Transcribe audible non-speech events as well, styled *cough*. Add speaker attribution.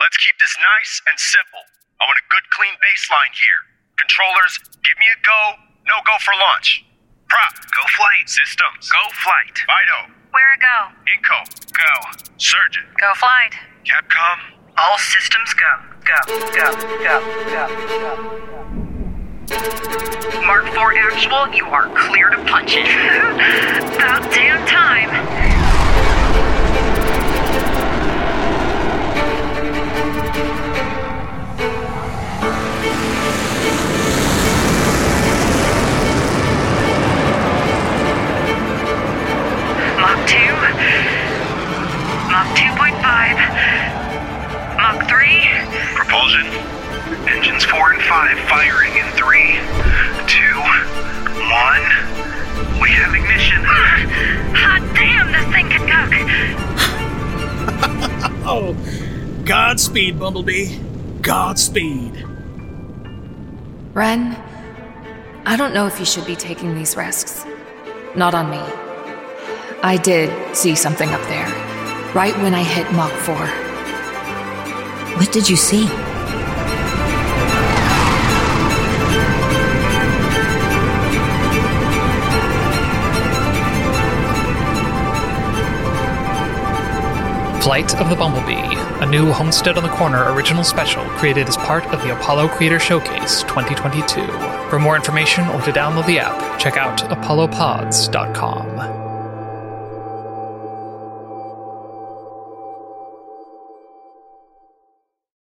Speaker 1: Let's keep this nice and simple. I want a good, clean baseline here. Controllers, give me a go, no go for launch. Prop,
Speaker 2: Go flight.
Speaker 1: systems,
Speaker 2: Go flight.
Speaker 1: Vito,
Speaker 3: Where a go?
Speaker 1: Inco,
Speaker 2: Go.
Speaker 1: Surgeon,
Speaker 3: Go flight.
Speaker 1: Capcom.
Speaker 2: All systems go. Go. Go. Go. Go. Go. Mark 4 actual, you are clear to punch it. *laughs*
Speaker 3: About damn time. Mach 2. Mach 2.5. Mach 3.
Speaker 1: Propulsion.
Speaker 2: Engines 4 and 5 firing in three, two, one. We have ignition.
Speaker 3: Ah, Hot damn, this thing can cook.
Speaker 4: Oh, Godspeed, Bumblebee. Godspeed.
Speaker 5: Ren, I don't know if you should be taking these risks. Not on me. I did see something up there, right when I hit Mach 4.
Speaker 6: What did you see?
Speaker 7: Flight of the Bumblebee, a new Homestead on the Corner original special created as part of the Apollo Creator Showcase 2022. For more information or to download the app, check out apollopods.com.